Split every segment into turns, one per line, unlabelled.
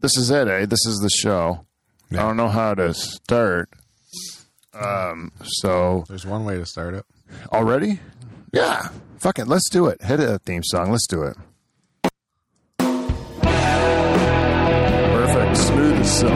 this is it, eh? This is the show. I don't know how to start. Um, so
There's one way to start it.
already, yeah, fuck it, let's do it. Hit a theme song. Let's do it. Perfect, smooth as silk.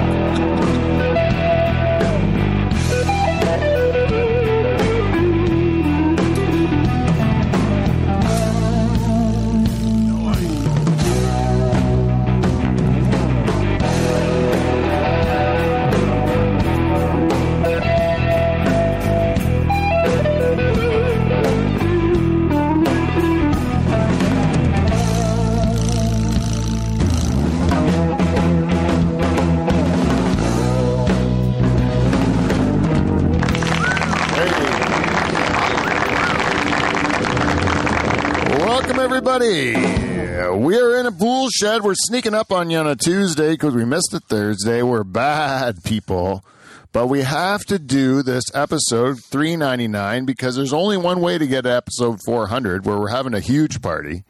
Welcome everybody. We are in a pool shed. We're sneaking up on you on a Tuesday because we missed it Thursday. We're bad people, but we have to do this episode 399 because there's only one way to get to episode 400 where we're having a huge party,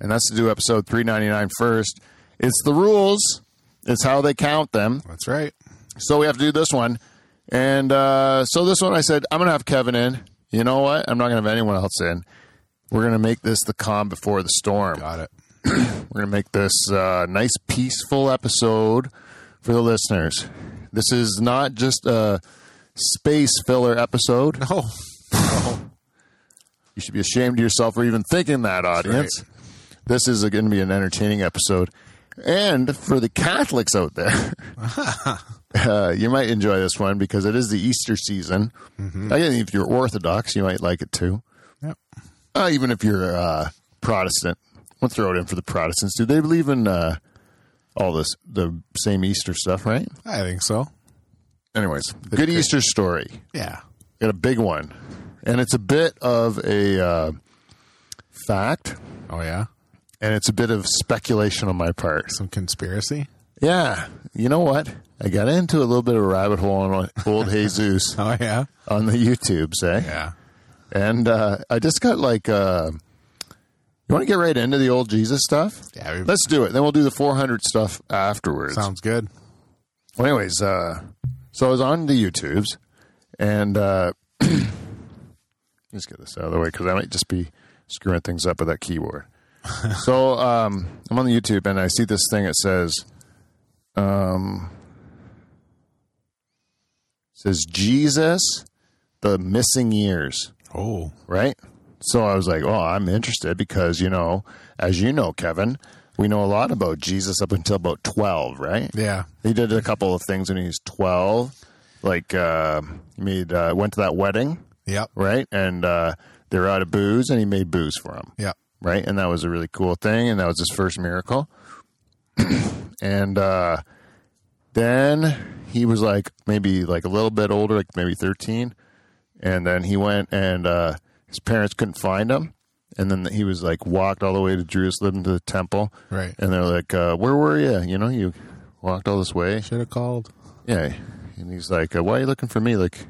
and that's to do episode 399 first. It's the rules. It's how they count them.
That's right.
So we have to do this one. And uh, so this one, I said, I'm going to have Kevin in. You know what? I'm not going to have anyone else in. We're going to make this the calm before the storm.
Got it.
We're going to make this uh, nice, peaceful episode for the listeners. This is not just a space filler episode.
Oh,
You should be ashamed of yourself for even thinking that, audience. This is going to be an entertaining episode. And for the Catholics out there, uh, you might enjoy this one because it is the Easter season. I think if you're Orthodox, you might like it too.
Yep.
Uh, even if you're uh, Protestant, we'll throw it in for the Protestants. Do they believe in uh, all this, the same Easter stuff, right?
I think so.
Anyways, good Easter story
Yeah.
got a big one, and it's a bit of a uh, fact,
Oh yeah.
and it's a bit of speculation on my part.
Some conspiracy.
Yeah, you know what? I got into a little bit of a rabbit hole on old Jesus
Oh yeah.
on the YouTubes, eh?
Yeah.
And uh, I just got like, uh, you want to get right into the old Jesus stuff?
Yeah, we-
Let's do it. Then we'll do the 400 stuff afterwards.
Sounds good.
Well, anyways, uh, so I was on the YouTubes, and uh, let's get this out of the way because I might just be screwing things up with that keyboard. so um, I'm on the YouTube, and I see this thing. It says, um, says Jesus, the missing years
Oh.
right? So I was like, oh, I'm interested because, you know, as you know, Kevin, we know a lot about Jesus up until about 12, right?
Yeah.
He did a couple of things when he was 12, like uh, he made, uh, went to that wedding,
Yep.
right? And uh, they were out of booze and he made booze for them,
Yep.
right? And that was a really cool thing. And that was his first miracle. and uh, then he was like maybe like a little bit older, like maybe 13 and then he went and uh, his parents couldn't find him and then he was like walked all the way to jerusalem to the temple
Right.
and they're like uh, where were you you know you walked all this way
Should have called
yeah and he's like uh, why are you looking for me like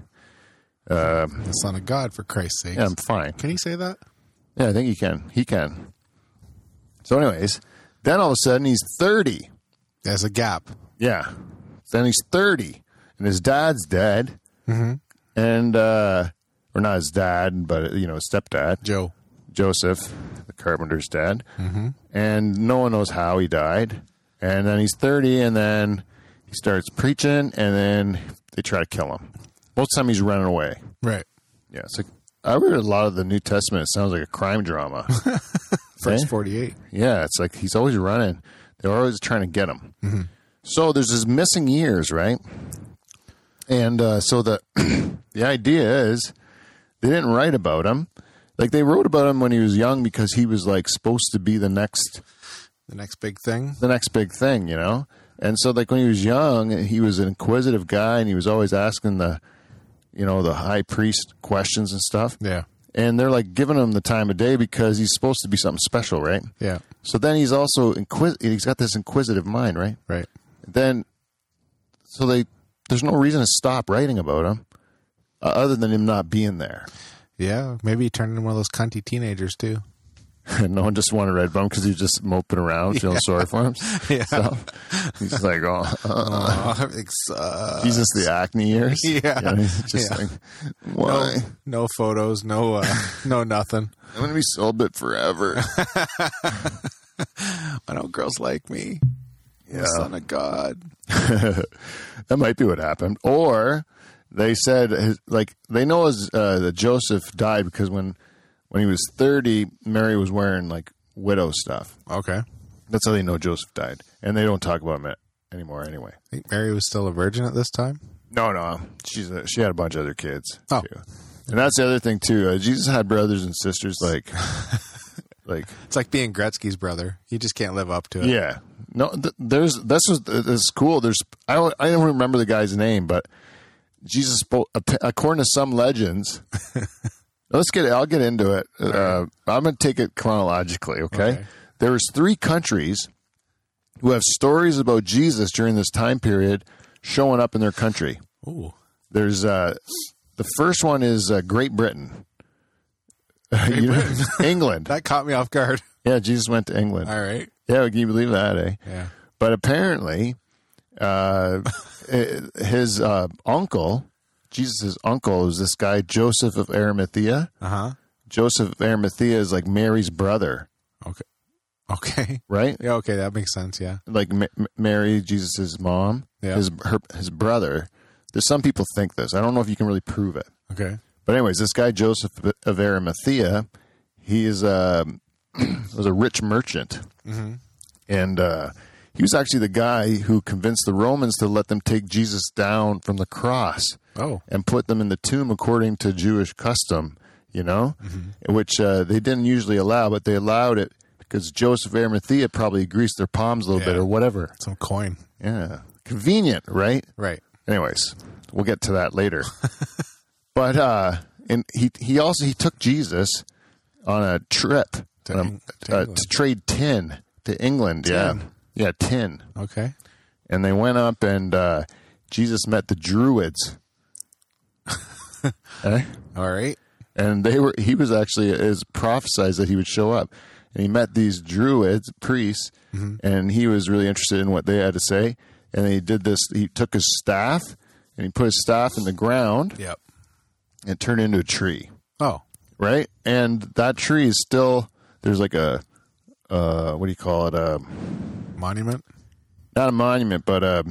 the Son of God for Christ's sake.
yeah i'm fine
Can he say that?
yeah i think he can he can so anyways then all of a sudden he's 30
There's a gap.
Yeah. Then he's 30 and his dad's dead. Mm-hmm. And, uh, or not his dad, but, you know, his stepdad,
Joe.
Joseph, the carpenter's dad. Mm-hmm. And no one knows how he died. And then he's 30 and then he starts preaching and then they try to kill him. Most of the time he's running away.
Right.
Yeah. It's like, I read a lot of the New Testament. It sounds like a crime drama.
Verse
Eh?
48.
Yeah, it's like he's always running. They're always trying to get him. So there's this missing years, right? And uh, so the the idea is they didn't write about him. Like they wrote about him when he was young because he was like supposed to be the next
The next big thing.
the next big thing, you know. And so like when he was young, he was an inquisitive guy and he was always asking the you know the high priest questions and stuff.
Yeah.
And they're like giving him the time of day because he's supposed to be something special, right?
Yeah.
So then he's also inquis- he's got this inquisitive mind, right?
Right.
Then so they there's no reason to stop writing about him uh, other than him not being there.
Yeah. Maybe he turned into one of those cunty teenagers too.
no one just wanted Red Bum because he's just moping around feeling sorry for himself.
Yeah.
He's just like, oh, uh,
Aw, it sucks.
he's just the acne years.
Yeah.
You know, he's just
Yeah.
like,
no,
why?
no photos, no uh, no nothing.
I'm gonna be celibate forever.
Why don't girls like me? I'm
Yeah.
the son of God.
that might be what happened. Or they said, his, like, they know his, uh, that Joseph died because when when he was 30, Mary was wearing like widow stuff.
Okay.
That's how they know Joseph died, and they don't talk about him a- anymore. Anyway,
Think Mary was still a virgin at this time?
no, no, she's a, she had a bunch of other kids
Oh.
too, and that's the other thing too. Uh, Jesus had brothers and sisters, like, like
It's like being Gretzky's brother. You just can't live up to it.
yeah, no, th- there's this is this is cool. There's I don't I don't remember the guy's name, but Jesus, spoke, ap- according to some legends. Let's get. I'll get into it. Uh, I'm going to take it chronologically. Okay?
Okay.
There was three countries who have stories about Jesus during this time period showing up in their country.
Ooh.
There's uh, the first one is uh, Great Britain, You know, England.
That caught me off guard.
Yeah, Jesus went to England.
All right.
Yeah, can you believe that? Eh?
Yeah.
But apparently, uh, his uh, uncle, Jesus' uncle, was this guy Joseph of Arimathea.
Uh huh.
Joseph of Arimathea is like Mary's brother,
Okay. Okay.
right?
Yeah. Okay. That makes sense. Yeah.
Like M- M- Mary, Jesus' mom,
Yeah.
his her, his brother. There's some people think this. I don't know if you can really prove it.
Okay.
But anyways, this guy Joseph of Arimathea, he is a was a rich merchant, and uh, he was actually the guy who convinced the Romans to let them take Jesus down from the cross
Oh.
and put them in the tomb according to Jewish custom. You know, which uh, they didn't usually allow, but they allowed it because Joseph of Arimathea probably greased their palms a little bit
Yeah.
or whatever.
Some coin.
Yeah, convenient, right?
Right.
Anyways, we'll get to that later. but uh, and he he also he took Jesus on a trip
To
on a-
Eng- to
uh,
England.
to trade tin to England. Yeah, yeah, tin.
Okay.
And they went up and uh, Jesus met the Druids. Eh?
All right.
And they were he was actually is prophesied that he would show up. And he met these druids, priests, and he was really interested in what they had to say. And he did this he took his staff and he put his staff in the ground
Yep.
and it turned into a tree.
Oh.
Right? And that tree is still there's like a uh what do you call it? Um
Monument.
not a monument, but a,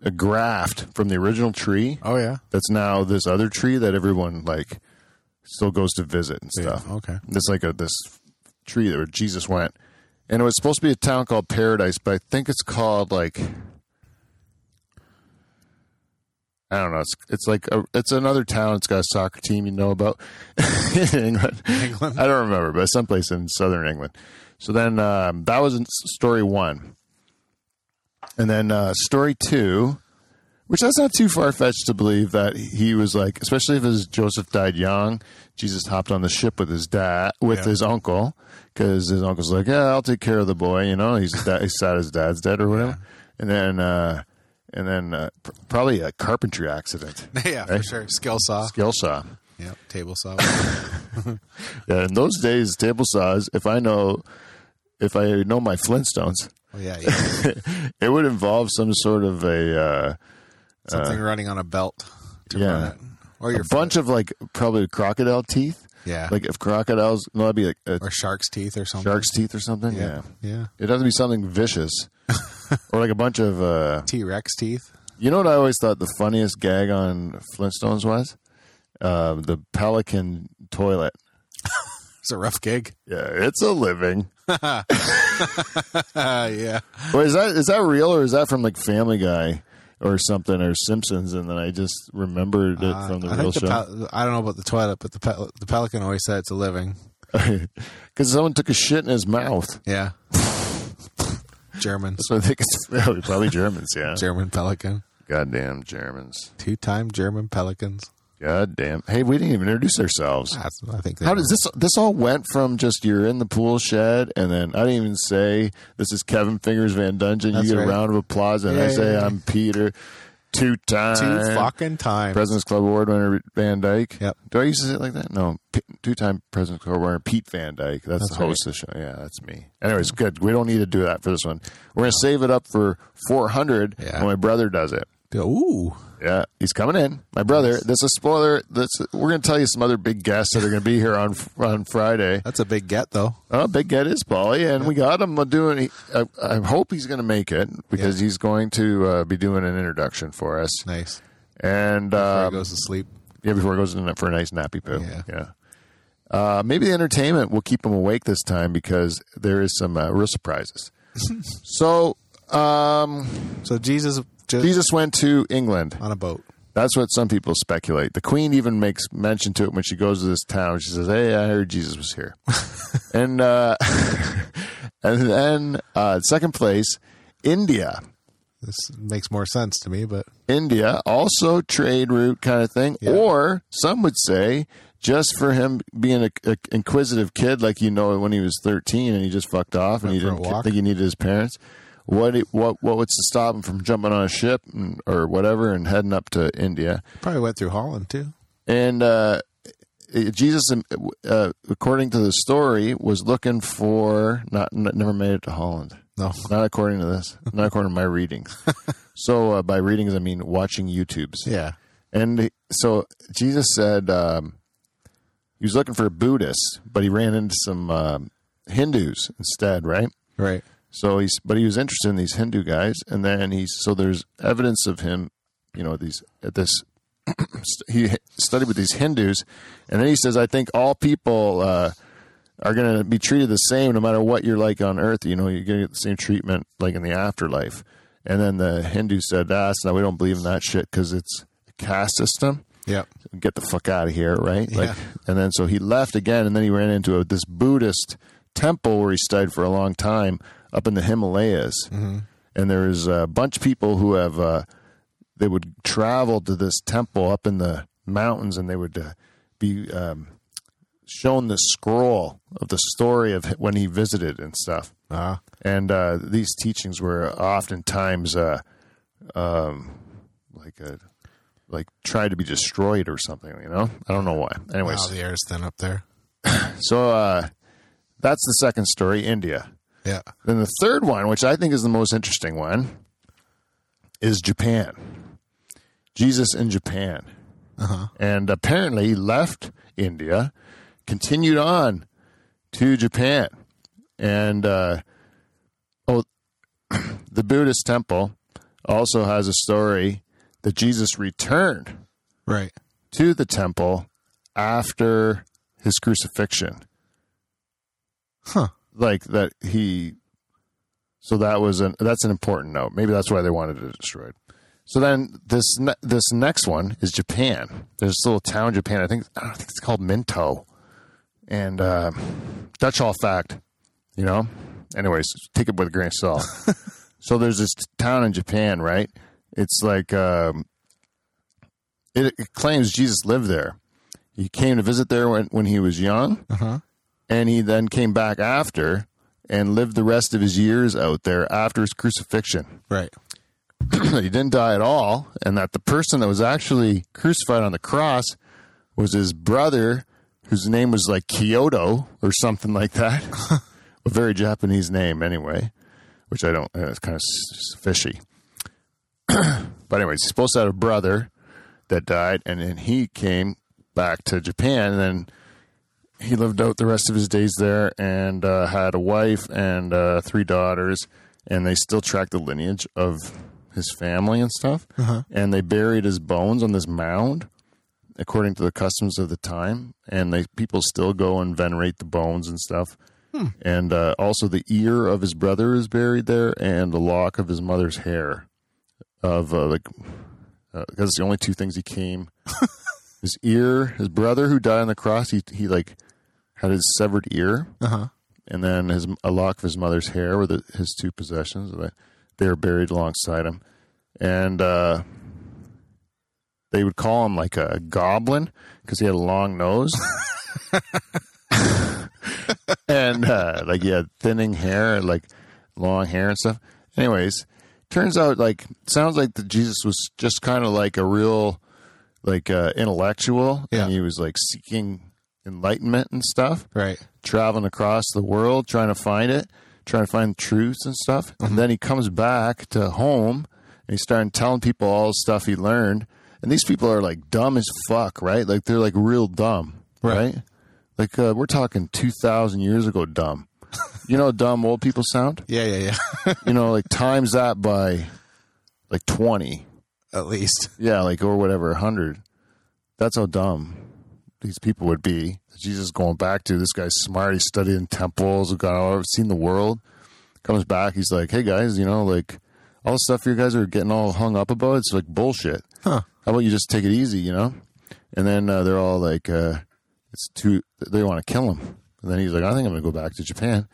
a graft from the original tree
Oh yeah.
that's now this other tree that everyone like still goes to visit and stuff.
Okay.
It's like a this tree that where Jesus went, and it was supposed to be a town called Paradise, but I think it's called like I don't know. It's it's like a, it's another town. It's got a soccer team you know about in England.
England?
I don't remember, but someplace in southern England. So then um, that was in s- story one, and then uh, story two. Which that's not too far fetched to believe that he was like, especially if his Joseph died young, Jesus hopped on the ship with his dad, with
Yeah.
his uncle, because his uncle's like, yeah, I'll take care of the boy, you know, he's da- he's sad his dad's dead or whatever, and then uh, and then uh, pr- probably a carpentry accident,
yeah. For sure. Skill saw.
skill saw.
Yep. Table saw.
Yeah, in those days, table saws. If I know, if I know my Flintstones,
Oh yeah. yeah.
Uh, it would involve some sort of a. Uh,
Something running on a belt. To
yeah.
Run it. Or your
a bunch of like probably crocodile teeth.
Yeah.
Like if crocodiles, no, that'd be like a
or shark's teeth or something.
shark's teeth or something. Yeah.
Yeah.
It has to be something vicious. or like a bunch of. Uh,
T Rex teeth.
you know what I always thought the funniest gag on Flintstones was? Uh, the pelican toilet.
It's a rough gig.
Yeah, it's a living. Ah,
Uh, yeah.
Wait, is that is that real or is that from like Family Guy or something or Simpsons? And then I just remembered it from Uh, the
Uh, I
real
think the pel- I don't know about the toilet, but the pel- the pelican always said it's a living.
show because someone took a shit in his mouth.
Yeah. Germans.
So I think it's probably, probably Germans. Yeah,
German pelican.
goddamn Germans.
Two time German pelicans.
Goddamn. Hey, we didn't even introduce ourselves.
That's- I think they
How
know.
does this this all went from just you're in the pool shed and then I didn't even say this is Kevin Fingers Van Dungeon.
That's
you get
right.
a round of applause and I say
Yay.
I'm Peter. two times.
Two fucking times.
President's Club Award winner Van Dyke.
Yep.
Do I used to say it like that? No. P- two-time President's Club winner Pete Van Dyke. That's,
That's
the host of the show. Yeah, that's me. Anyways, good. We don't need to do that for this one. We're gonna save it up for 400
Yeah.
when my brother does it.
Ooh.
Yeah, he's coming in. My brother. This is a spoiler. This, we're going to tell you some other big guests that are going to be here on on Friday.
That's a big get, though.
Oh, big get is Polly, and we got him doing. he- I, I hope he's going to make it because he's going to uh, be doing an introduction for us.
Nice.
And
Before he
um,
goes to sleep.
yeah, before he goes in for a nice nappy poo.
Yeah.
Uh, maybe the entertainment will keep him awake this time because there is some uh, real surprises. so um,
So Jesus just
Jesus went to England.
on a boat.
That's what some people speculate. The queen even makes mention to it when she goes to this town. She says, "Hey, I heard Jesus was here," and uh, and then uh, second place, India.
This makes more sense to me, but
India also trade route kind of thing, or some would say just for him being a, a inquisitive kid, like you know when he was thirteen and he just fucked off and he
for a
didn't
walk.
think he needed his parents. What it- what what was to stop him from jumping on a ship and, or whatever and heading up to India?
probably went through Holland too.
and uh, Jesus, uh, according to the story, was looking for not n- never made it to Holland.
No,
Not according to this. Not according to my readings. so uh, by readings, I mean watching YouTubes.
yeah,
And so Jesus said um, he was looking for Buddhists, but he ran into some um, Hindus instead, right?
right.
So he's, but he was interested in these Hindu guys, and then he's so there's evidence of him, you know, these at this. he studied with these Hindus, and then he says, "I think all people uh, are going to be treated the same, no matter what you're like on Earth. You know, you're going to get the same treatment like in the afterlife." And then the Hindu said, "Ah, so we don't believe in that shit because it's a caste system."
Yep.
get the fuck out of here, right?
Yeah.
Like, and then so he left again, and then he ran into a, this Buddhist temple where he stayed for a long time up in the Himalayas. And there is a bunch of people who have uh, they would travel to this temple up in the mountains, and they would uh, be um, shown the scroll of the story of when he visited and stuff.
Ah,
And uh, these teachings were oftentimes uh, um, like a, like tried to be destroyed or something. You know, I don't know why. Anyways,
wow, the air's thin up there.
so uh, that's the second story, India.
Yeah,
Then the third one, which I think is the most interesting one, is Japan. Jesus in Japan. And apparently left India, continued on to Japan. And, uh, oh, the Buddhist temple also has a story that Jesus returned
right.
to the temple after his crucifixion.
Huh.
Like that he so that was an that's an important note. Maybe that's why they wanted it destroyed. So then this ne- this next one is Japan. There's this little town in Japan. I think I don't think it's called Minto. And uh, Dutch Hall fact, you know. Anyways, take it with a grain of salt. so there's this town in Japan, right? It's like um, it, it claims Jesus lived there. He came to visit there when, when he was young,
Uh huh.
and he then came back after and lived the rest of his years out there after his crucifixion.
Right.
he didn't die at all, and that the person that was actually crucified on the cross was his brother, whose name was like Kyoto or something like that. A very Japanese name, anyway, which I don't, uh, it's kind of s- fishy. but, anyways, he's supposed to have a brother that died, and then he came back to Japan, and then he lived out the rest of his days there and uh, had a wife and uh, three daughters, and they still track the lineage of his family and stuff. And they buried his bones on this mound, according to the customs of the time. And they people still go and venerate the bones and stuff. And uh, also, the ear of his brother is buried there, and the lock of his mother's hair. Of uh, like, uh, because it's the only two things he came. his ear, his brother who died on the cross, he he like had his severed ear,
Uh huh.
and then his a lock of his mother's hair were the, his two possessions. They they were buried alongside him, and uh, they would call him like a goblin because he had a long nose. and uh, like he had thinning hair, like long hair and stuff. Anyways, turns out like sounds like that Jesus was just kind of like a real like uh, intellectual,
Yeah.
and he was like seeking enlightenment and stuff,
Right.
traveling across the world trying to find it, trying to find truths and stuff, and then he comes back to home and he's starting telling people all the stuff he learned, and these people are like dumb as fuck, right? Like they're like real dumb,
Right.
right? Like uh, we're talking two thousand years ago, dumb. You know, how dumb old people sound
Yeah, yeah, yeah.
you know, like times that by like 20.
At least.
Yeah, like or whatever, 100. That's how dumb these people would be. Jesus is going back to this guy's smart. He studied in temples, got all over, seen the world. Comes back, he's like, hey guys, you know, like all the stuff you guys are getting all hung up about, it's like bullshit.
Huh.
How about you just take it easy, you know? And then uh, they're all like, uh, it's too, they want to kill him. And then he's like, I think I'm going to go back to Japan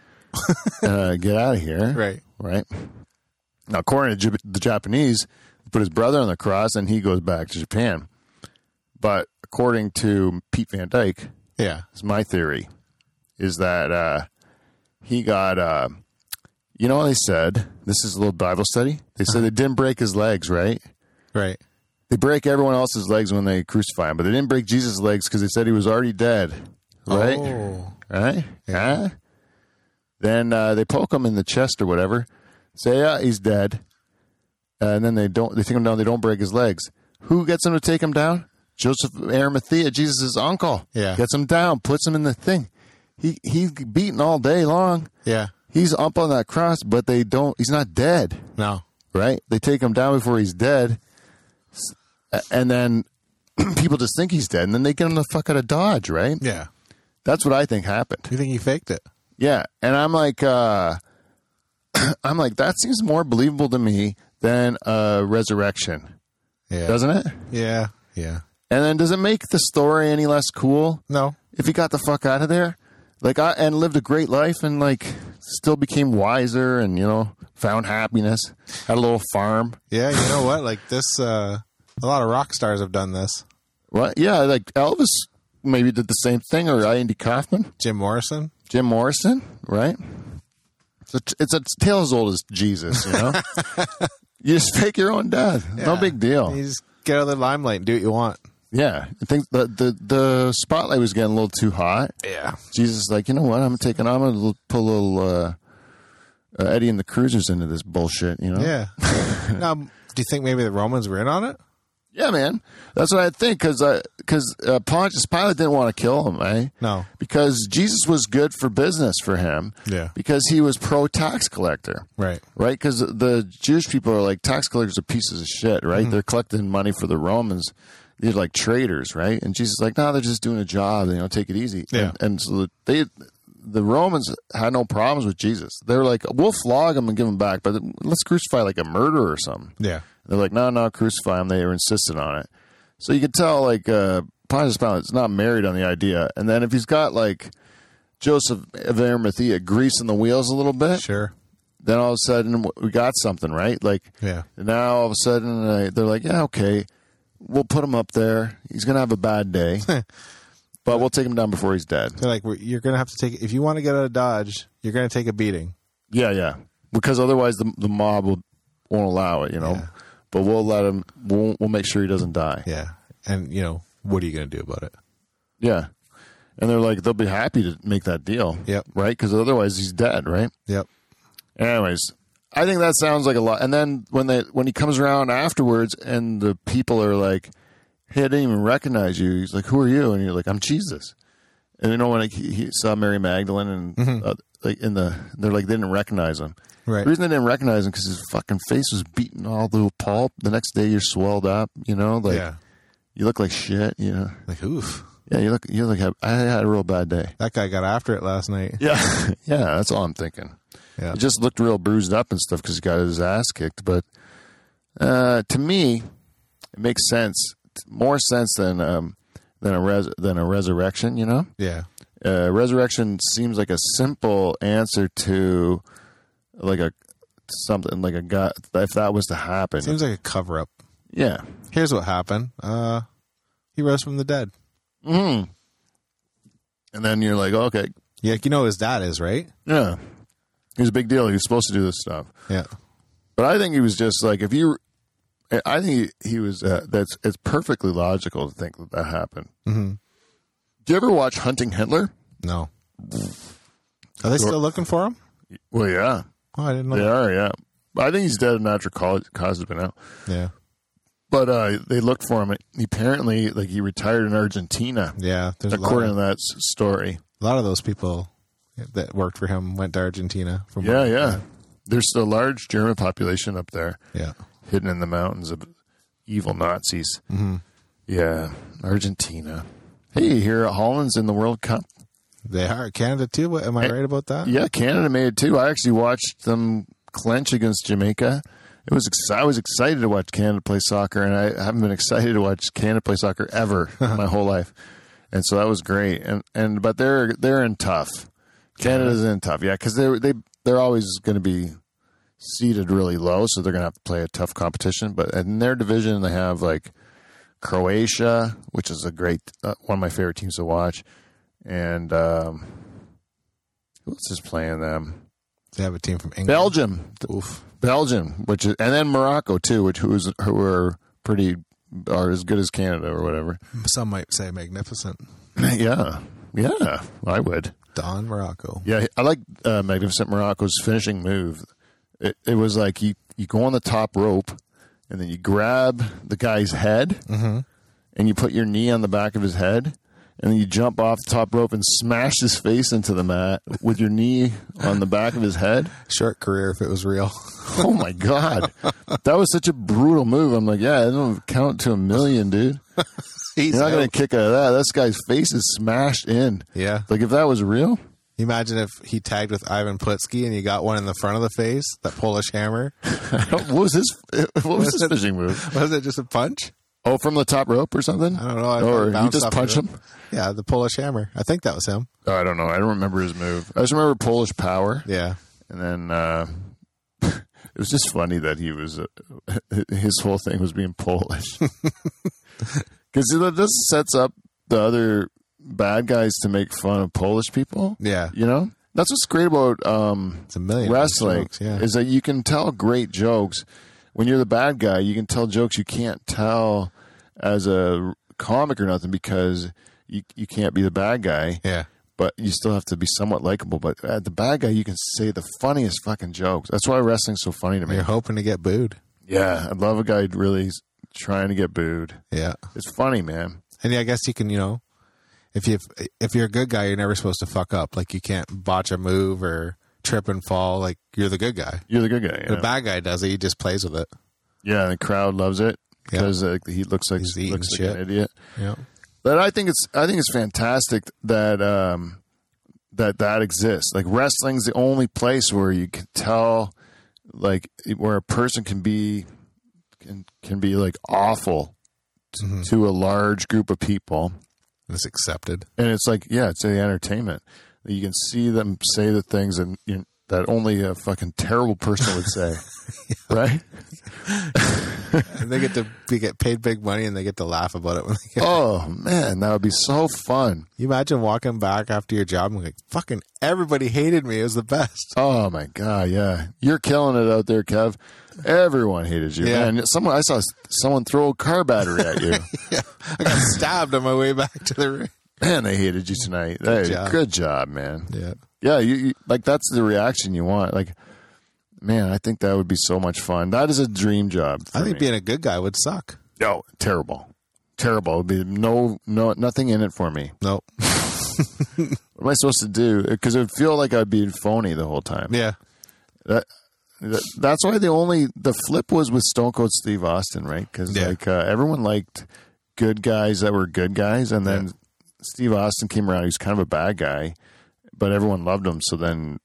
and uh, get out of here
Right.
right? Now, according to Jap- the Japanese, he put his brother on the cross and he goes back to Japan. But according to Pete Van Dyke,
Yeah.
is my theory, is that uh, he got, uh, you know, what they said this is a little Bible study. They said they didn't break his legs, right?
Right.
They break everyone else's legs when they crucify him, but they didn't break Jesus' legs because they said he was already dead, right?
Oh.
right? Yeah. Eh? Then uh, they poke him in the chest or whatever. Say, yeah, he's dead. and then they don't. They take him down. They don't break his legs. Who gets him to take him down? Joseph of Arimathea, Jesus' uncle.
Yeah.
gets him down, puts him in the thing. He he's beaten all day long.
Yeah.
He's up on that cross, but they don't. He's not dead,
No.
right? They take him down before he's dead, S- a- and then people just think he's dead, and then they get him the fuck out of dodge, right?
Yeah.
That's what I think happened.
Do you think he faked it?
Yeah, and I'm like, uh, I'm like, that seems more believable to me than a resurrection,
Yeah.
doesn't it?
Yeah. Yeah.
And then does it make the story any less cool
No.
if he got the fuck out of there, like, I, and lived a great life and like still became wiser and you know found happiness, had a little farm.
Yeah, you know what? Like this uh a lot of rock stars have done this.
What? Yeah, like Elvis maybe did the same thing, or Andy Kaufman,
Jim Morrison?
Jim Morrison, right? It's a, it's a tale as old as Jesus, you know. you just fake your own death. No
Yeah.
big deal.
You just get out of the limelight and do what you want.
Yeah, I think the, the the spotlight was getting a little too hot.
Yeah.
Jesus, is like you know what? I'm taking. I'm gonna l- put a little uh, uh, Eddie and the Cruisers into this bullshit. You know?
Yeah. now do you think maybe the Romans were in on it?
yeah, man. That's what I think because because uh, Pontius Pilate didn't want to kill him, eh?
No.
Because Jesus was good for business for him.
Yeah.
Because he was pro tax collector.
Right.
right? Because the Jewish people are like tax collectors are pieces of shit, right? They're collecting money for the Romans. They're like traitors, right? And Jesus is like, no, they're just doing a job. You know, take it easy.
Yeah.
And, and so the- they, the Romans had no problems with Jesus. They were like, we'll flog him and give him back, but let's crucify like a murderer or something.
Yeah.
They're like, no, no, crucify him. They were insistent on it. So you could tell, like, uh, Pontius Pilate's not married on the idea. And then if he's got, like, Joseph of Arimathea greasing the wheels a little bit,
Sure.
then all of a sudden we got something right like
Yeah.
now all of a sudden uh, they're like yeah okay we'll put him up there he's gonna have a bad day but we'll take him down before he's dead
They're like, "We're- you're going to have to take, if you want to get out of Dodge, you're going to take a beating.
yeah yeah because otherwise the, the mob will, won't allow it you know
Yeah.
but we'll let him we'll, we'll make sure he doesn't die
Yeah. And, you know, what are you going to do about it?
yeah and they're like they'll be happy to make that deal
Yep.
right because otherwise he's dead right
Yep.
Anyways, I think that sounds like a lot. And then when they when he comes around afterwards, and the people are like, "Hey, I didn't even recognize you." He's like, "Who are you?" And you're like, "I'm Jesus." And you know when like, he, he saw Mary Magdalene and uh, like in the they're like they didn't recognize him.
Mm-hmm. Right.
The reason they didn't recognize him because his fucking face was beaten all the pulp. The next day you're swelled up. You know, like
yeah.
you look like shit. You know,
Like, oof.
yeah, you look you look. like I had a real bad day.
That guy got after it last night.
Yeah, yeah, that's all I'm thinking.
Yeah.
It just looked real bruised up and stuff because he got his ass kicked. But uh, to me, it makes sense more sense than um, than a res- than a resurrection. You know,
Yeah.
uh, resurrection seems like a simple answer to like a something like a God. If that was to happen,
Seems like a cover up.
yeah.
Here's what happened. Uh, he rose from the dead.
Mm. And then you're like, okay,
Yeah, you know who his dad is, right?
yeah, it was a big deal. He was supposed to do this stuff.
Yeah.
But I think he was just like if you. I think he, he was. Uh, that's it's perfectly logical to think that that happened.
Mhm.
Do you ever watch Hunting Hitler?
No. Are they still looking for him?
Well, yeah,
Oh, I didn't know.
they
Yeah.
are. Yeah, I think he's dead of natural cause, cause has been out.
Yeah.
But uh, they looked for him. He apparently, like he retired in Argentina,
Yeah. There's a lot,
according
of,
to that s- story.
a lot of those people that worked for him went to Argentina. From
Yeah, yeah. There's a large German population up there,
Yeah.
hidden in the mountains of evil Nazis.
Mhm.
Yeah, Argentina. Hey, here at Holland's in the World Cup.
They are Canada too. Am I right about that?
Yeah, Canada made it too. I actually watched them clinch against Jamaica. It was ex- I was excited to watch Canada play soccer, and I haven't been excited to watch Canada play soccer ever in my whole life. And so that was great. And and but they're they're in tough. Canada's in tough, yeah, because they they they're always going to be seated really low, so they're going to have to play a tough competition. But in their division, they have like Croatia, which is a great uh, one of my favorite teams to watch, and um, who else is playing them?
They have a team from England.
Belgium,
Oof.
Belgium, which is, and then Morocco too, which who is who are pretty are as good as Canada or whatever.
Some might say magnificent.
yeah, yeah, I would.
Don Morocco.
Yeah, I like uh, Magnificent Morocco's finishing move. It, it was like you, you go on the top rope and then you grab the guy's head and you put your knee on the back of his head and then you jump off the top rope and smash his face into the mat with your knee on the back of his head.
Short career if it was real.
Oh my God. That was such a brutal move. I'm like, yeah, I don't count to a million, dude.
He's
You're not going
out.
to kick out of that. This guy's face is smashed in.
Yeah.
Like, if that was real,
Imagine if he tagged with Ivan Putski and you got one in the front of the face, that Polish hammer.
what was his, what was his finishing move?
Was it just a punch?
Oh, from the top rope or something?
I don't know. I thought it
or you
bounced
just
off
punch
of
him?
it. Yeah, the Polish hammer. I think that was him.
Oh, I don't know. I don't remember his move. I just remember Polish power,
Yeah.
and then uh, it was just funny that he was uh, his whole thing was being Polish because this sets up the other bad guys to make fun of Polish people.
Yeah.
You know, that's what's great about um,
It's a million
wrestling
jokes, yeah.
is that you can tell great jokes when you're the bad guy. You can tell jokes you can't tell as a comic or nothing because you you can't be the bad guy,
Yeah.
but you still have to be somewhat likable. But at the bad guy, you can say the funniest fucking jokes. That's why wrestling's so funny to me.
You're hoping to get booed.
Yeah, I love a guy really s- trying to get booed.
Yeah.
It's funny, man.
And yeah, I guess you can, you know, if you if you're a good guy, you're never supposed to fuck up. Like you can't botch a move or trip and fall. Like you're the good guy.
You're the good guy.
The
Yeah,
bad guy does it. He just plays with it.
yeah and the crowd loves it
Yeah.
because uh, he looks like
He's eating
looks like
shit.
an idiot.
Yeah.
But I think it's I think it's fantastic that um, that that exists. Like wrestling's the only place where you can tell, like, where a person can be can can be like awful t- to a large group of people,
It's accepted.
and it's like yeah, it's the entertainment. You can see them say the things and you know, that only a fucking terrible person would say, right?
And they get to they get paid big money and they get to laugh about it when they get.
Oh man, that would be so fun.
You imagine walking back after your job and like fucking everybody hated me. It was the best.
Oh my god, yeah, you're killing it out there, Kev. Everyone hated you,
Yeah.
man. Someone I saw s- someone throw a car battery at you.
Yeah. I got stabbed on my way back to the ring.
man, they hated you tonight. Hey, Good, job.
job.
man. Yeah,
Yeah.
you, you like that's the reaction you want. Like, man, I think that would be so much fun. That is a dream job. For
I think
me.
being a good guy would suck.
no terrible, terrible. It'd be no, no, nothing in it for me.
Nope.
What am I supposed to do? Because it would feel like I'd be phony the whole time.
Yeah.
Th- that's why the only the flip was with Stone Cold Steve Austin, right? Because
Yeah.
like uh, everyone liked good guys that were good guys, and then Steve Austin came around. He was kind of a bad guy, but everyone loved him. So then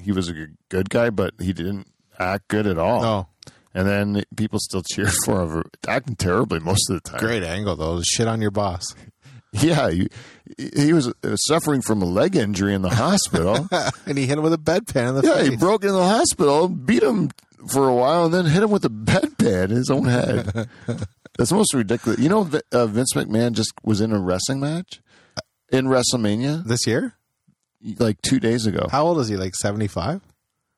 he was a g- good guy, but he didn't act good at all.
Oh,
And then people still cheered for him, acting terribly most of the time.
great angle though. Shit on your boss.
Yeah, he, he was uh, suffering from a leg injury in the hospital.
and he hit him with a bedpan in the
Yeah,
face.
he broke into the hospital, beat him for a while, and then hit him with a bedpan in his own head. That's the most ridiculous. You know, Vi- uh, Vince McMahon just was in a wrestling match
Uh,
in WrestleMania
This year?
like two days ago.
How old is he? Like 75?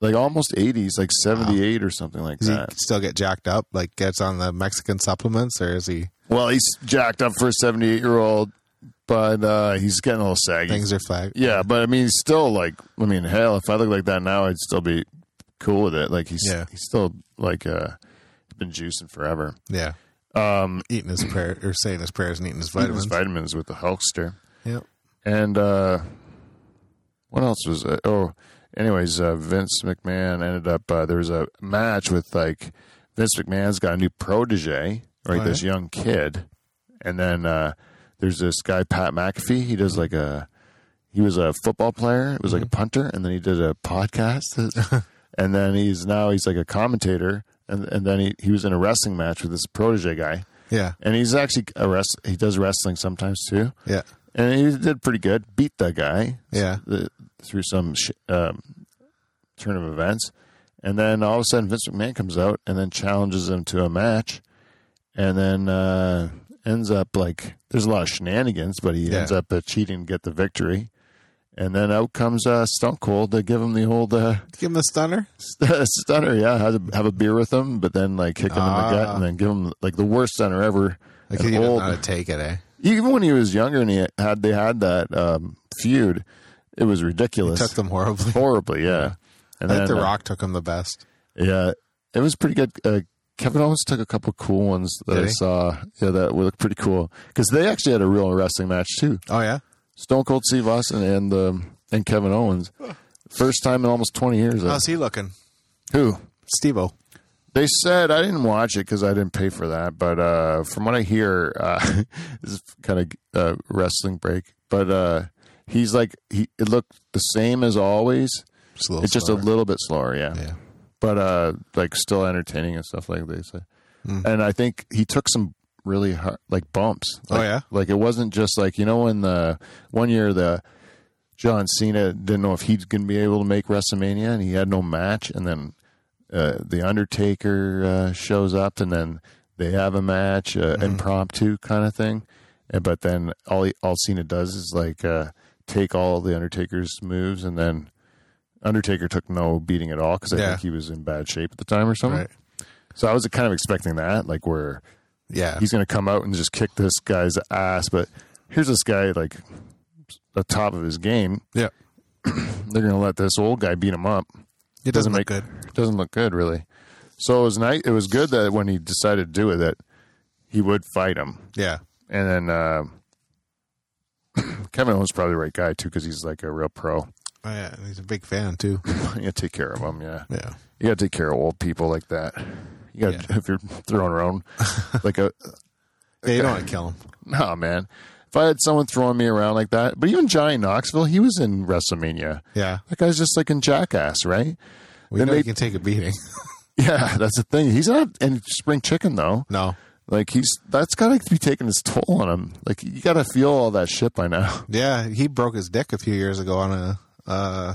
like almost 80s, like 78 or something like
Does he
that.
still get jacked up? Like gets on the Mexican supplements, or is he
Well, he's jacked up for a 78 year old, but uh, he's getting a little saggy.
things are flag?
Yeah, but I mean, he's still like, I mean, hell, if I look like that now, I'd still be cool with it. Like he's
Yeah.
he's still like uh, been juicing forever.
Yeah,
Um,
eating his prayer or saying his prayers and eating his
vitamins.
vitamins.
vitamins with the Hulkster,
Yep.
and uh, what else was it? Oh, anyways, uh, Vince McMahon ended up uh, there was a match with like Vince McMahon's got a new protege, right?
Oh,
this young kid, and then uh, there's this guy Pat McAfee. He does like a he was a football player. It was like a punter, and then he did a podcast, and then he's now he's like a commentator, and and then he he was in a wrestling match with this protege guy,
Yeah,
and he's actually a wrest, he does wrestling sometimes too,
yeah,
and he did pretty good. Beat the guy,
yeah.
the, through some sh- um, turn of events, and then all of a sudden Vince McMahon comes out and then challenges him to a match, and then uh, ends up like there's a lot of shenanigans, but he
Yeah.
ends up uh, cheating to get the victory, and then out comes uh, Stone Cold to give him the old uh,
Give him the stunner.
st- stunner, yeah, have a, have a beer with him, but then like kick him in the gut
Ah.
and then give him like the worst stunner ever.
Like
An
he
old-
old. how to take it, eh?
Even when he was younger and he had they had that um, feud, it was ridiculous
Took them horribly.
horribly. Yeah, and
I think The
uh,
Rock took him the best.
yeah, it was pretty good. Uh, Kevin Owens took a couple cool ones that
Did
I
he?
saw. Yeah, that would look pretty cool because they actually had a real wrestling match too.
Oh yeah,
Stone Cold Steve Austin and um, and Kevin Owens, first time in almost twenty years. uh,
how's he looking?
Who
Stevo.
they said I didn't watch it because I didn't pay for that, but uh, from what I hear, uh, this is kind of uh, wrestling break. But uh, he's like he it looked the same as always.
Just a little.
It's just a
slower.
little bit slower, yeah.
Yeah.
but uh like still entertaining and stuff like they say
Mm.
and i think he took some really hard like bumps
Oh,
like,
yeah?
like it wasn't just like you know when the one year the john cena didn't know if he's gonna be able to make wrestlemania and he had no match and then uh, the undertaker uh, shows up and then they have a match uh,
Mm-hmm.
impromptu kind of thing and, but then all he, all cena does is like uh take all the undertaker's moves and then Undertaker took no beating at all because I
Yeah.
think he was in bad shape at the time or something.
Right.
So I was kind of expecting that, like where
Yeah.
he's going to come out and just kick this guy's ass. But here's this guy, like the top of his game.
yeah.
They're going to let this old guy beat him up.
It doesn't, look good.
Doesn't look good, really. So it was nice. It was good that when he decided to do it, that he would fight him.
Yeah.
And then uh, Kevin Owens probably the right guy too because he's like a real pro.
Oh, yeah. and He's a big fan too.
you gotta take care of him, yeah.
Yeah.
you gotta take care of old people like that. You gotta if you're throwing around like a
Yeah, you don't want to kill him.
nah man. If I had someone throwing me around like that, but even Johnny Knoxville, he was in WrestleMania.
Yeah.
That guy's just like in Jackass, right?
We
Then
know
they-
he can take a beating.
Yeah, that's the thing. He's not in spring chicken though.
no.
Like he's that's gotta be taking its toll on him. Like you gotta feel all that shit by now.
Yeah, he broke his dick a few years ago on a. Uh,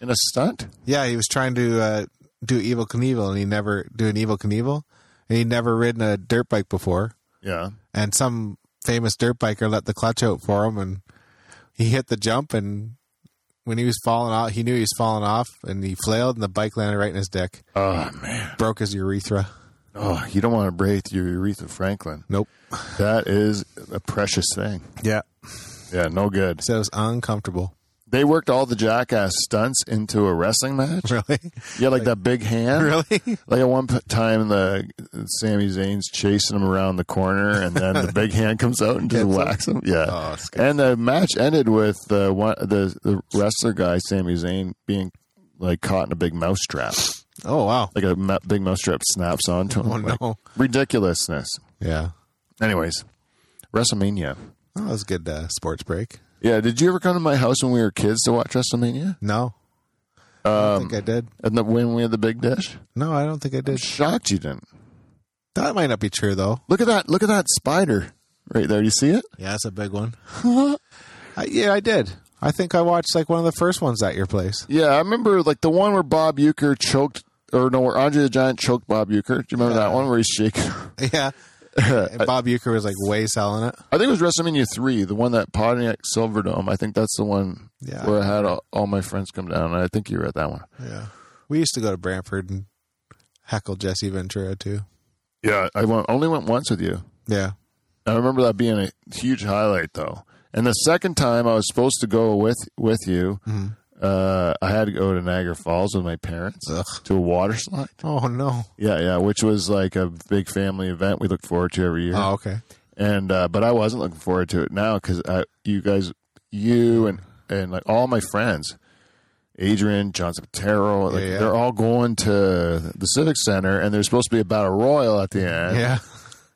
In a stunt?
yeah, he was trying to uh, do Evil Knievel, and he never do an Evil Knievel, and he'd never ridden a dirt bike before.
Yeah.
And some famous dirt biker let the clutch out for him, and he hit the jump. And when he was falling off, he knew he was falling off, and he flailed, and the bike landed right in his dick,
Oh man.
broke his urethra.
Oh, you don't want to breathe your Aretha Franklin.
Nope.
That is a precious thing.
Yeah,
Yeah, no good.
so it was uncomfortable.
They worked all the jackass stunts into a wrestling match.
Really,
Yeah, like, that big hand.
really.
Like at one p- time, the Sami Zayn's chasing him around the corner, and then the big hand comes out and just
Gets him.
whacks him. Yeah,
Oh, it's good.
and the match ended with the one the, the wrestler guy Sami Zayn being like caught in a big mousetrap,
Oh wow.
like a ma- big mousetrap snaps onto him.
Oh
Like,
no.
ridiculousness.
Yeah.
Anyways, WrestleMania.
Oh, that was a good uh, sports break.
Yeah, did you ever come to my house when we were kids to watch WrestleMania?
No. I
Um,
don't think I did.
And the, when we had the big dish?
No, I don't think I
I'm
did.
shocked you didn't.
That might not be true though.
Look at that! Look at that spider right there. You see it?
Yeah, that's a big one. I, yeah, I did. I think I watched like one of the first ones at your place.
Yeah, I remember like the one where Bob Euchre choked, or no, where Andre the Giant choked Bob Euchre. Do you remember that one where he's shaking?
Yeah. And Bob Euchre was like way selling it.
I think it was WrestleMania three, the one that Pontiac Silverdome. I think that's the one
Yeah.
where I had all, all my friends come down, and I think you were at that one.
Yeah. We used to go to Brantford and heckle Jesse Ventura too.
Yeah, I went, only went once with you.
Yeah.
I remember that being a huge highlight, though. And the second time I was supposed to go with with you,
Mm-hmm.
uh, I had to go to Niagara Falls with my parents to a water slide.
Oh no.
Yeah, yeah, which was like a big family event we look forward to every year.
Oh okay.
and uh, but I wasn't looking forward to it now because you guys, you and and like all my friends, Adrian, John Zapatero, like,
Yeah, yeah.
they're all going to the Civic Center, and there's supposed to be a battle royal at the end.
Yeah.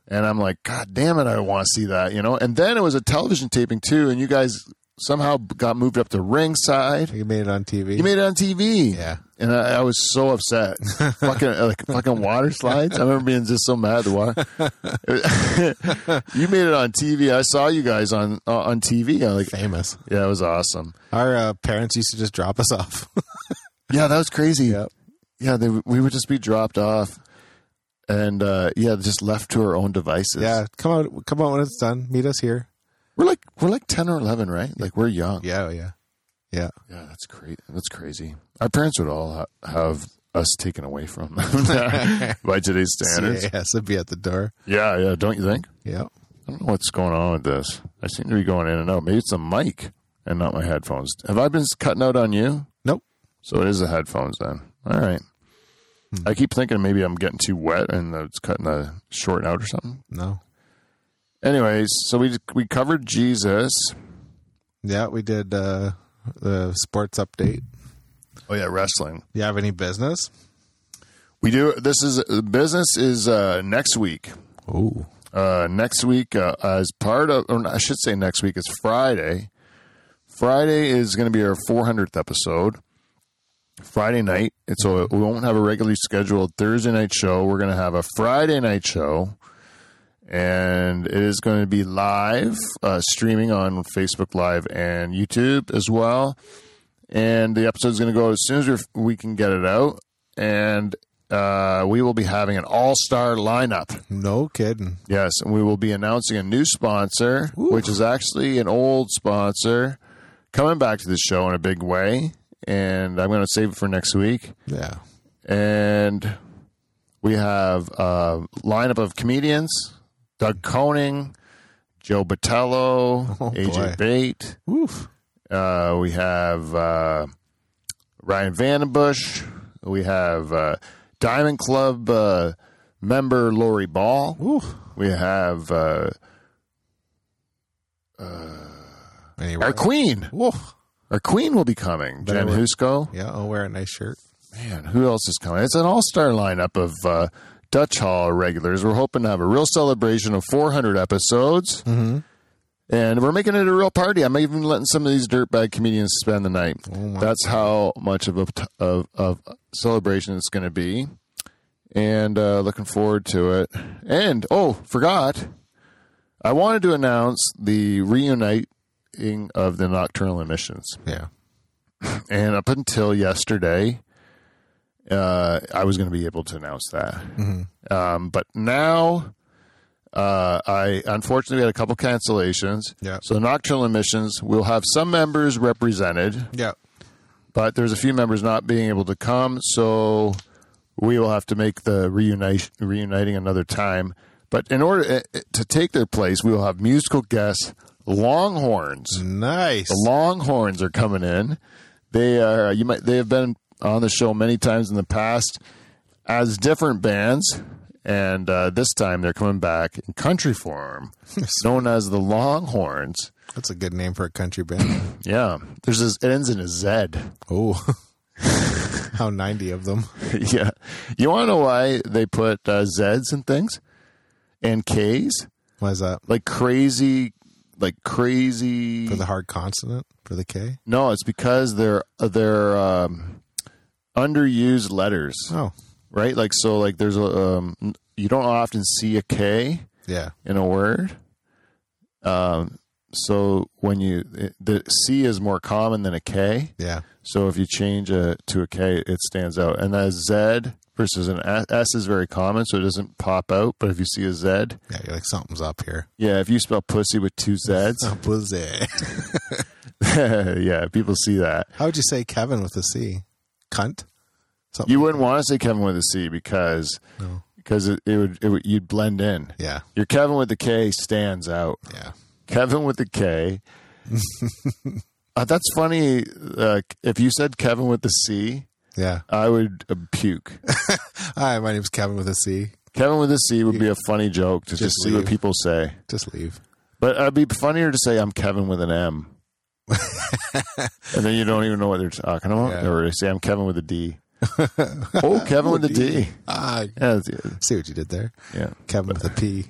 And I'm like, God damn it, I want to see that, you know. And then it was a television taping too, and you guys somehow got moved up to ringside.
You made it on TV.
You made it on TV.
Yeah.
And I, I was so upset. fucking like fucking water slides. I remember being just so mad at the water. you made it on TV. I saw you guys on uh, on TV. I like
famous.
yeah, it was awesome.
Our uh, parents used to just drop us off.
Yeah, that was crazy.
Yep.
Yeah, they, we would just be dropped off and uh, yeah, just left to our own devices.
yeah. Come out come out when it's done. Meet us here.
We're like we're like 10 or 11, right? Like we're young.
Yeah, oh, yeah. Yeah.
Yeah, that's great. That's crazy. Our parents would all ha- have us taken away from them by today's standards.
Yes, it'd be at the door.
Yeah, yeah, don't you think?
Yeah.
I don't know what's going on with this. I seem to be going in and out. Maybe it's the mic and not my headphones. Have I been cutting out on you?
Nope.
So it is the headphones then. All right. I keep thinking maybe I'm getting too wet and it's cutting the short out or something.
No.
Anyways, so we we covered Jesus.
Yeah, we did uh, the sports update.
Oh yeah, wrestling.
You have any business?
We do. This is business is uh, next week.
Oh.
uh, next week uh, as part of, or I should say next week is Friday. Friday is going to be our 400th episode. Friday night, and so we won't have a regularly scheduled Thursday night show. We're going to have a Friday night show, and it is going to be live uh, streaming on Facebook Live and YouTube as well. And the episode is going to go as soon as we're- we can get it out, and uh, we will be having an all-star lineup.
No kidding.
Yes, and we will be announcing a new sponsor, which is actually an old sponsor coming back to the show in a big way. And I'm going to save it for next week.
Yeah.
And we have a lineup of comedians Doug Coning, Joe Botello,
Oh, boy.
AJ Bate.
Woof.
Uh, we have uh, Ryan Vandenbush. We have uh, Diamond Club uh, member Lori Ball.
Woof.
We have uh,
Anyway.
our queen.
Woof.
Our queen will be coming.
Better
Jen
work.
Husko.
Yeah, I'll wear a nice shirt.
Man, who else is coming? It's an all-star lineup of uh, Dutch Hall regulars. We're hoping to have a real celebration of 400 episodes,
Mm-hmm.
and we're making it a real party. I'm even letting some of these dirtbag comedians spend the night.
Oh my.
That's how much of a t- of, of celebration it's going to be, and uh, looking forward to it. And oh, forgot, I wanted to announce the reuniting of the Nocturnal Emissions.
Yeah.
And up until yesterday, uh, I was going to be able to announce that. Um, but now, uh, I unfortunately had a couple cancellations.
Yeah.
So nocturnal emissions, we'll have some members represented,
Yeah.
but there's a few members not being able to come, so we will have to make the reunite, reuniting another time. But in order uh, to take their place, we will have musical guests, Longhorns.
Nice.
The Longhorns are coming in. They are you might they have been on the show many times in the past as different bands, and uh, this time they're coming back in country form, known as the Longhorns.
That's a good name for a country band.
Yeah, there's this it ends in a Z.
oh. How 90 of them.
yeah, you want to know why they put uh, Z's and things and K's
Why is that?
like crazy, like crazy
For the hard consonant? For the K?
No, it's because they're uh, they're um, underused letters,
Oh.
right? Like so, like there's a um, you don't often see a K
Yeah.
in a word. Um, so when you eh, the C is more common than a K,
Yeah.
so if you change a to a K, it stands out. And a Z versus an S. S is very common, so it doesn't pop out. But if you see a Z,
Yeah, you're like something's up here.
yeah, if you spell pussy with two Z's,
Up with it.
yeah, people see that.
How would you say Kevin with a C? Cunt. Something.
You wouldn't want to say Kevin with a C because
No.
because it, it, would, it would you'd blend in.
Yeah.
Your Kevin with the K stands out.
Yeah.
Kevin with the K. Uh, that's funny. Uh, if you said Kevin with the C,
Yeah.
I would uh, puke.
Hi, my name's Kevin with a C.
Kevin with a C would be a funny joke to just,
Just
see what
leave.
people say.
Just leave.
But it'd be funnier to say I'm Kevin with an M. and then you don't even know what they're talking about.
Yeah.
Or they say I'm Kevin with a D. oh, Kevin with a D.
Ah, I
Yeah, that's-
see what you did there.
yeah,
Kevin with a P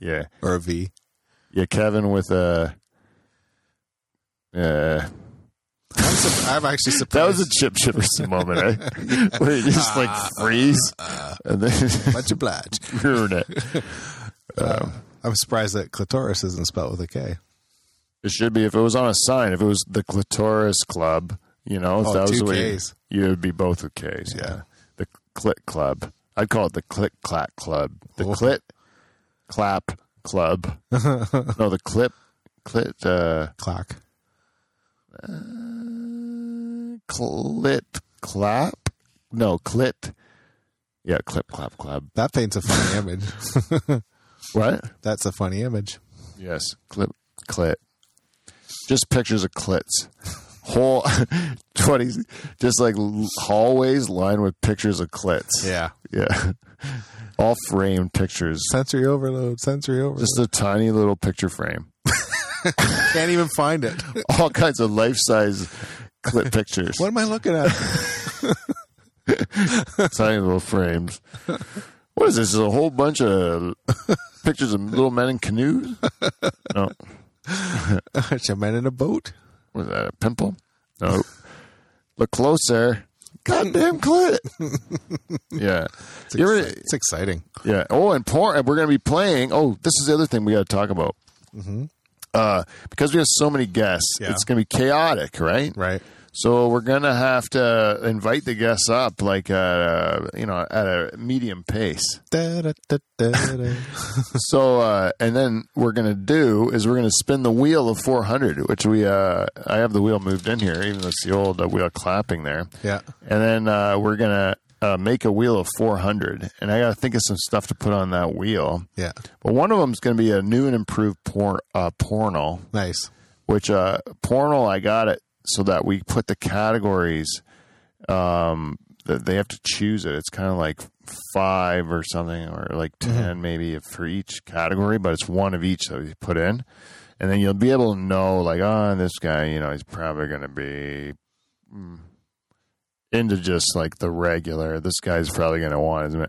yeah,
or a V.
yeah. Kevin with a. Uh,
I'm, sur- I'm actually
that
surprised.
was a chip shiverson moment, eh? Where you just like freeze and then
much obliged.
ruin it.
I'm surprised that clitoris isn't spelled with a K.
It should be if it was on a sign. If it was the Clitoris Club, you know, if
Oh,
that was
two
the way
Ks.
you would be both with K's. Yeah. the Clit Club. I'd call it the Clit Clack Club. The
Oh.
Clit Clap Club. no, the Clip Clit uh,
Clock.
Clit Clap. No, Clit. Yeah, Clip Clap Club.
That paints a funny image.
What?
That's a funny image.
Yes, clip, clit. Just pictures of clits. Whole twenty, just like l- hallways lined with pictures of clits.
Yeah.
yeah. All framed pictures.
Sensory overload. Sensory overload.
Just a tiny little picture frame.
can't even find it.
All kinds of life size clit pictures.
What am I looking at?
tiny little frames. What is this? Is a whole bunch of pictures of little men in canoes? No.
Bunch of men in a boat.
Was that a pimple? No. Look closer. Goddamn clit. yeah.
It's,
You ever-
exci- it's exciting.
yeah. Oh, and porn. We're going to be playing. Oh, this is the other thing we got to talk about. Uh, because we have so many guests,
Yeah.
it's going to be chaotic, right?
Right.
So we're going to have to invite the guests up, like uh, you know, at a medium pace.
Da, da, da, da, da.
so uh, and then we're gonna do is we're gonna spin the wheel of 400 which we uh, i have the wheel moved in here even though it's the old uh, wheel clapping there
Yeah.
and then uh, we're gonna uh, make a wheel of 400 and i gotta think of some stuff to put on that wheel
Yeah.
but one of them's gonna be a new and improved por- uh, porno
Nice.
which uh, porno i got it so that we put the categories um, that they have to choose it it's kind of like five or something or like 10 maybe for each category but it's one of each that we put in and then you'll be able to know like oh this guy you know he's probably going to be mm, into just like the regular this guy's probably going to want as ma-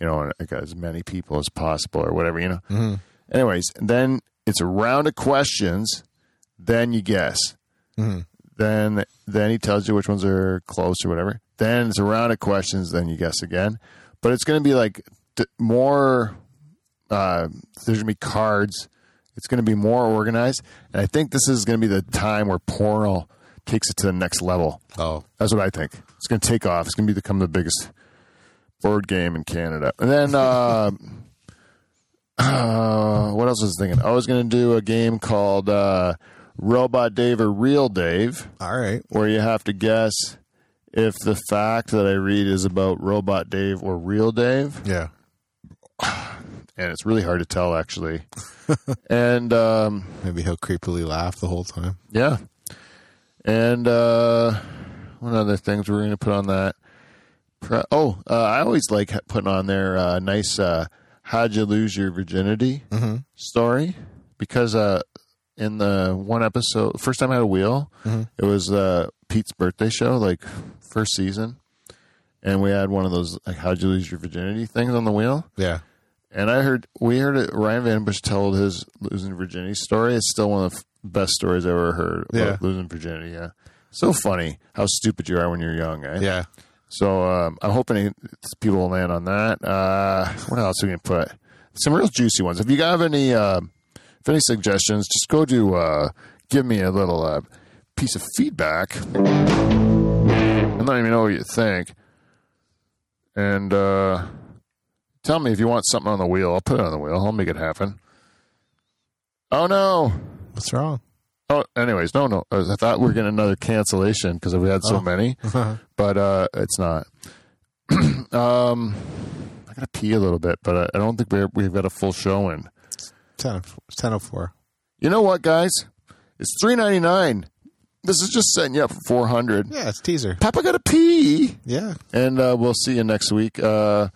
you know like as many people as possible or whatever you know
Mhm.
anyways then it's a round of questions then you guess
Mhm.
then then he tells you which ones are close or whatever. Then it's a round of questions. Then you guess again, but it's going to be like d- more. Uh, there's going to be cards. It's going to be more organized, and I think this is going to be the time where porno takes it to the next level.
Oh.
That's what I think. It's going to take off. It's going to become the biggest board game in Canada. And then, uh, uh, what else was I thinking? I was going to do a game called uh, Robot Dave or Real Dave,
All right.
where you have to guess if the fact that I read is about Robot Dave or Real Dave.
Yeah.
And it's really hard to tell, actually. and um,
Maybe he'll creepily laugh the whole time.
Yeah. And uh, one other things we're going to put on that. Pro- Oh, uh, I always like ha- putting on there uh, nice uh, "How'd you lose your virginity?"
Mhm.
story because uh, in the one episode, first time I had a wheel, it was uh, Pete's birthday show, like first season, and we had one of those like "How'd you lose your virginity?" things on the wheel.
Yeah.
And I heard we heard it, Ryan Van Bush told his losing virginity story. It's still one of the f- best stories I ever heard about
Yeah.
losing virginity. Yeah, so funny how stupid you are when you're young. Eh?
Yeah.
So um, I'm hoping it- people will land on that. Uh, what else are we gonna put? Some real juicy ones. If you have any, uh, if any suggestions, just go to uh, give me a little uh, piece of feedback and let me know what you think. And uh, tell me if you want something on the wheel. I'll put it on the wheel. I'll make it happen. Oh no!
What's wrong?
Oh, anyways, no, no. I thought we were getting another cancellation because we had so
Oh.
many, but uh, it's not. um, I gotta pee a little bit, but I, I don't think we're, we've got a full show in.
10 of 4.
You know what, guys? It's three ninety nine. This is just setting you up for four hundred.
Yeah, it's teaser.
Papa gotta pee.
Yeah.
and uh, we'll see you next week. Uh,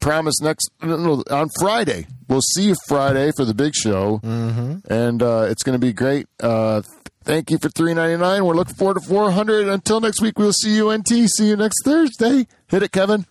promise next no, no, on Friday. We'll see you Friday for the big show, mm-hmm. and uh, it's going to be great. Uh, thank you for three ninety nine. We're looking forward to four hundred. Until next week, we'll see you. Nt. See you next Thursday. Hit it, Kevin.